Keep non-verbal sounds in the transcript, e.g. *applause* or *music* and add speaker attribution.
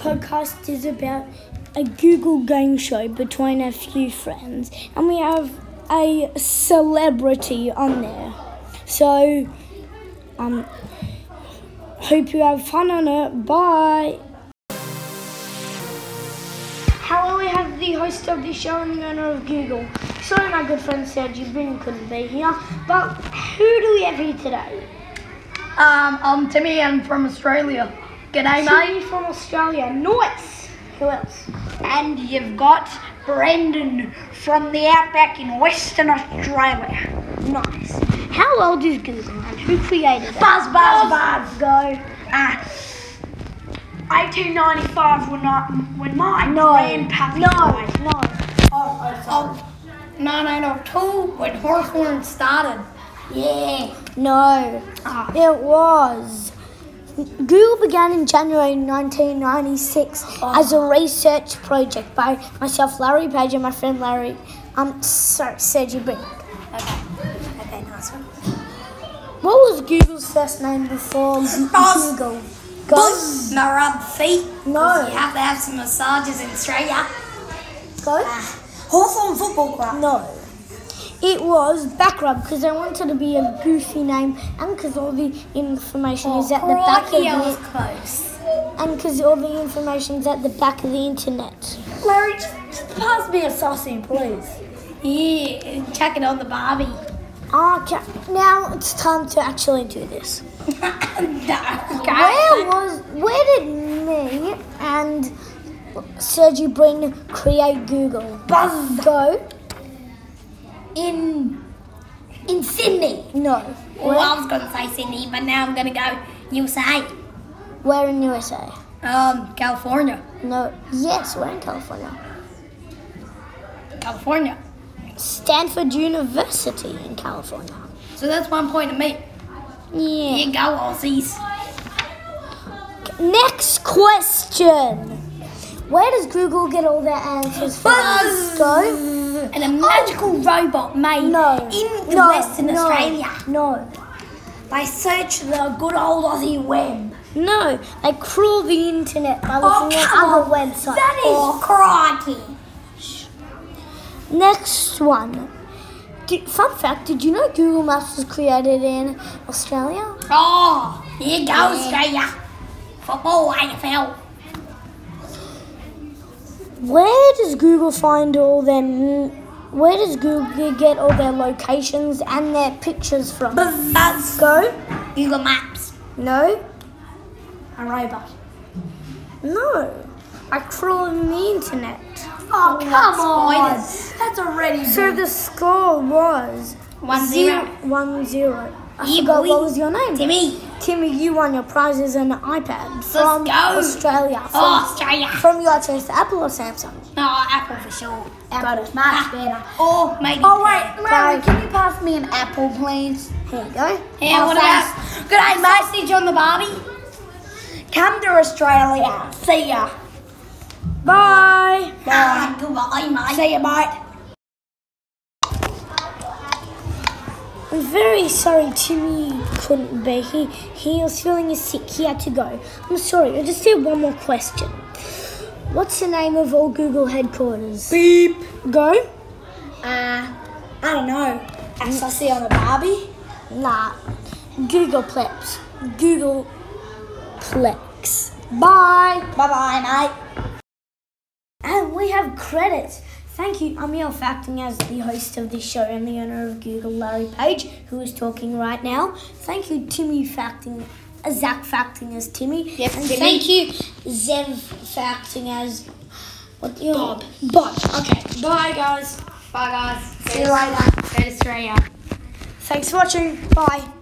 Speaker 1: podcast is about a Google game show between a few friends, and we have a celebrity on there. So, um, hope you have fun on it. Bye. Hello, we have the host of the show and the owner of Google. Sorry, my good friend Sergio Boone couldn't be here, but who do we have here today?
Speaker 2: Um, I'm Timmy. I'm from Australia. G'day,
Speaker 1: Somebody
Speaker 2: mate.
Speaker 1: from Australia. Nice. Who else?
Speaker 2: And you've got Brendan from the outback in Western Australia.
Speaker 1: Nice. How old is Google and who created it?
Speaker 2: Buzz, buzz, buzz.
Speaker 1: Go.
Speaker 2: Ah, 1895 when, I, when my
Speaker 1: No.
Speaker 2: grandpappy
Speaker 1: No.
Speaker 2: died.
Speaker 1: No.
Speaker 2: Oh, 1902 when Hawthorne started. Yeah.
Speaker 1: No.
Speaker 2: Ah.
Speaker 1: It was. Google began in January 1996 as a research project by myself, Larry Page, and my friend Larry, um, sorry, Sergey Brink.
Speaker 2: Okay. Okay, nice one.
Speaker 1: What was Google's first name before
Speaker 2: Buzz.
Speaker 1: Google? Go.
Speaker 2: Buzz. No rub feet.
Speaker 1: No.
Speaker 2: You have to have some massages in Australia. Ah.
Speaker 1: Go.
Speaker 2: Hawthorne Football Club.
Speaker 1: No. It was back rub because I wanted to be a goofy name and because all the information is at the back of
Speaker 2: Crikey, I was
Speaker 1: the
Speaker 2: close.
Speaker 1: and because all the information is at the back of the internet.
Speaker 2: Larry, just, just pass me a sausage, please. Yeah, and chuck it on the barbie. *laughs*
Speaker 1: Okay, now it's time to actually do this.
Speaker 2: no.
Speaker 1: Where was where did me and Sergey Brin create Google?
Speaker 2: Buzz.
Speaker 1: Go?
Speaker 2: In, in Sydney.
Speaker 1: No.
Speaker 2: Well,
Speaker 1: Where,
Speaker 2: I was going to say Sydney, but now I'm going to go USA.
Speaker 1: where in USA?
Speaker 2: Um, California.
Speaker 1: No. Yes, we're in California.
Speaker 2: California.
Speaker 1: Stanford University in California.
Speaker 2: So that's one point to me.
Speaker 1: Yeah.
Speaker 2: You go, Aussies.
Speaker 1: Next question. Where does Google get all their answers from?
Speaker 2: Buzz.
Speaker 1: Go.
Speaker 2: And a magical robot made
Speaker 1: No.
Speaker 2: in
Speaker 1: no.
Speaker 2: Western
Speaker 1: no.
Speaker 2: Australia.
Speaker 1: No.
Speaker 2: They search the good old Aussie web.
Speaker 1: No. They crawl the internet by
Speaker 2: Oh,
Speaker 1: looking at
Speaker 2: come
Speaker 1: other
Speaker 2: on.
Speaker 1: websites.
Speaker 2: That is
Speaker 1: Oh.
Speaker 2: crikey.
Speaker 1: Next one. Di- Fun fact, did you know Google Maps was created in Australia?
Speaker 2: Oh, here goes Australia. Football, AFL.
Speaker 1: Where does Google find all their n- where does Google get all their locations and their pictures from?
Speaker 2: Buzz, buzz.
Speaker 1: Go?
Speaker 2: Google Maps.
Speaker 1: No?
Speaker 2: A robot.
Speaker 1: No. I crawl in the internet.
Speaker 2: Oh,
Speaker 1: that's
Speaker 2: come on. That's already
Speaker 1: So the score was
Speaker 2: One
Speaker 1: zero-
Speaker 2: zero.
Speaker 1: one zero. I
Speaker 2: Yeah,
Speaker 1: forgot
Speaker 2: boy.
Speaker 1: what was your name.
Speaker 2: Timmy.
Speaker 1: Timmy, you won your prizes and an iPad from
Speaker 2: go.
Speaker 1: Australia. From,
Speaker 2: Oh, Australia.
Speaker 1: from your choice, Apple or Samsung.
Speaker 2: Oh, Apple for sure.
Speaker 1: Apple is
Speaker 2: Ah. Or maybe.
Speaker 1: Oh, wait, Larry,
Speaker 2: can you pass me an apple, please?
Speaker 1: Here you go.
Speaker 2: Yeah,
Speaker 1: Oh,
Speaker 2: what
Speaker 1: thanks.
Speaker 2: about? Good day, mate. Sausage on the barbie. Come to Australia. See ya.
Speaker 1: Bye.
Speaker 2: Bye. Ah, Goodbye, mate. See ya, mate.
Speaker 1: I'm very sorry Timmy couldn't be. He he was feeling sick. He had to go. I'm sorry. I just have one more question. What's the name of all Google headquarters?
Speaker 2: Beep.
Speaker 1: Go.
Speaker 2: Uh, I don't know. As I see on the Barbie.
Speaker 1: Nah. Google Plex. Google Plex. Bye.
Speaker 2: Bye bye, mate.
Speaker 1: And we have credits. Thank you. I'm Yelf acting as the host of this show and the owner of Google, Larry Page, who is talking right now. Thank you, Timmy Facting, uh, Zach Facting as Timmy.
Speaker 2: Yes,
Speaker 1: and
Speaker 2: Timmy.
Speaker 1: thank you, Zev Facting as what you Bob. Bob. Okay.
Speaker 2: Bye, guys. Bye, guys.
Speaker 1: See you later.
Speaker 2: Go to Australia.
Speaker 1: Thanks for watching. Bye.